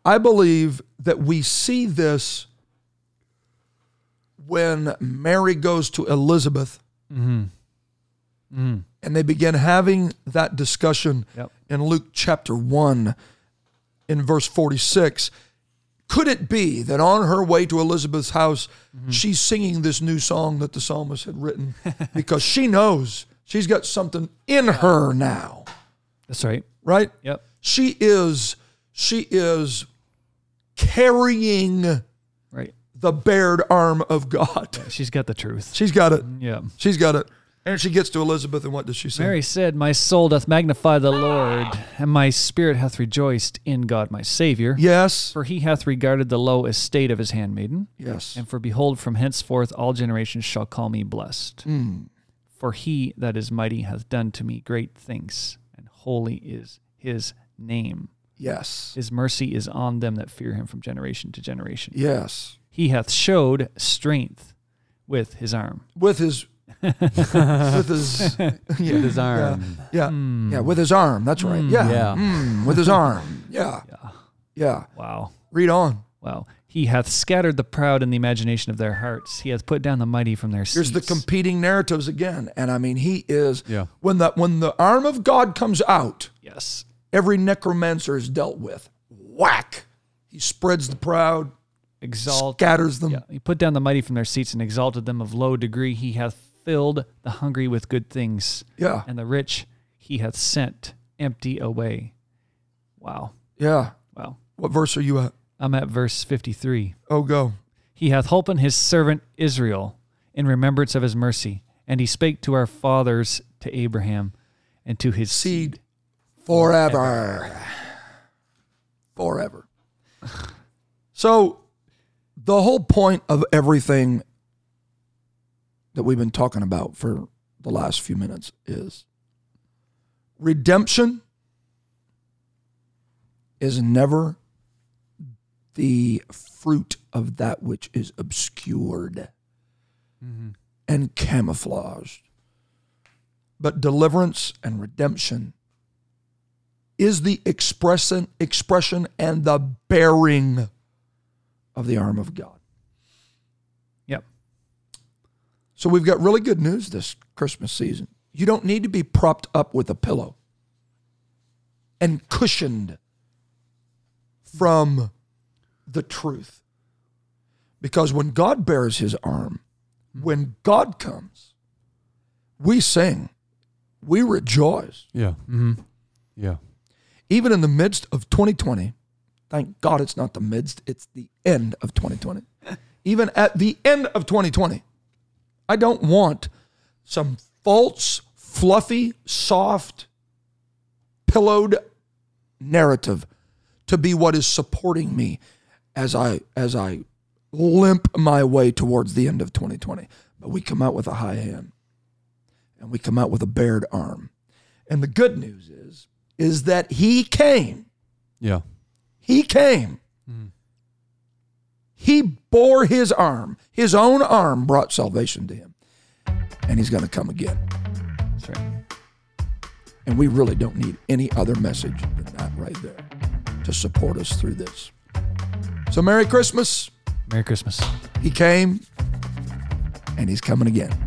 I believe that we see this when Mary goes to Elizabeth
Mm-hmm.
and they begin having that discussion
Yep.
in Luke chapter 1 in verse 46. Could it be that on her way to Elizabeth's house, she's singing this new song that the psalmist had written because she knows she's got something in her now,
That's right.
right?
Yep.
she is she is carrying
Right.
the bared arm of God.
She's got the truth.
She's got it.
Yeah.
She's got it. And she gets to Elizabeth, and what does she say?
Mary said, My soul doth magnify the Lord, and my spirit hath rejoiced in God my Savior.
Yes.
For he hath regarded the low estate of his handmaiden.
Yes.
And for behold, from henceforth all generations shall call me
Mm.
blessed.
Hmm.
For he that is mighty hath done to me great things, and holy is his name.
Yes.
His mercy is on them that fear him from generation to generation.
Yes.
He hath showed strength with his arm.
With his. with his.
With his arm.
Yeah. Yeah. With his arm. That's right. Yeah.
Yeah.
Mm, with his arm. Yeah. yeah.
Wow.
Read on.
Wow. He hath scattered the proud in the imagination of their hearts. He hath put down the mighty from their
Here's the
seats.
competing narratives again. And I mean, he is.
Yeah.
When the, when the arm of God comes out,
yes.
every necromancer is dealt with. Whack. He spreads the proud,
Exalt.
scatters them.
Yeah. He put down the mighty from their seats and exalted them of low degree. He hath filled the hungry with good things,
Yeah.
and the rich he hath sent empty away. Wow.
Yeah.
Wow.
What verse are you at?
I'm at verse 53.
Oh, go.
He hath holpen his servant Israel in remembrance of his mercy, and he spake to our fathers, to Abraham, and to his
Seed forever. Forever. So, the whole point of everything that we've been talking about for the last few minutes is redemption is never the fruit of that which is obscured Mm-hmm. and camouflaged. But deliverance and redemption is the expression, expression and the bearing of the arm of God.
Yep.
So we've got really good news this Christmas season. You don't need to be propped up with a pillow and cushioned from the truth. Because when God bears his arm, when God comes, we sing, we rejoice.
Yeah. Mm-hmm. Yeah.
Even in the midst of 2020, thank God it's not the midst, it's the end of 2020. Even at the end of 2020, I don't want some false, fluffy, soft, pillowed narrative to be what is supporting me as I as I limp my way towards the end of 2020. But we come out with a high hand and we come out with a bared arm. And the good news is is that he came.
Yeah.
He came. He bore his arm. His own arm brought salvation to him. And he's going to come again.
That's right.
And we really don't need any other message than that right there to support us through this. So, Merry Christmas.
Merry Christmas.
He came, and he's coming again.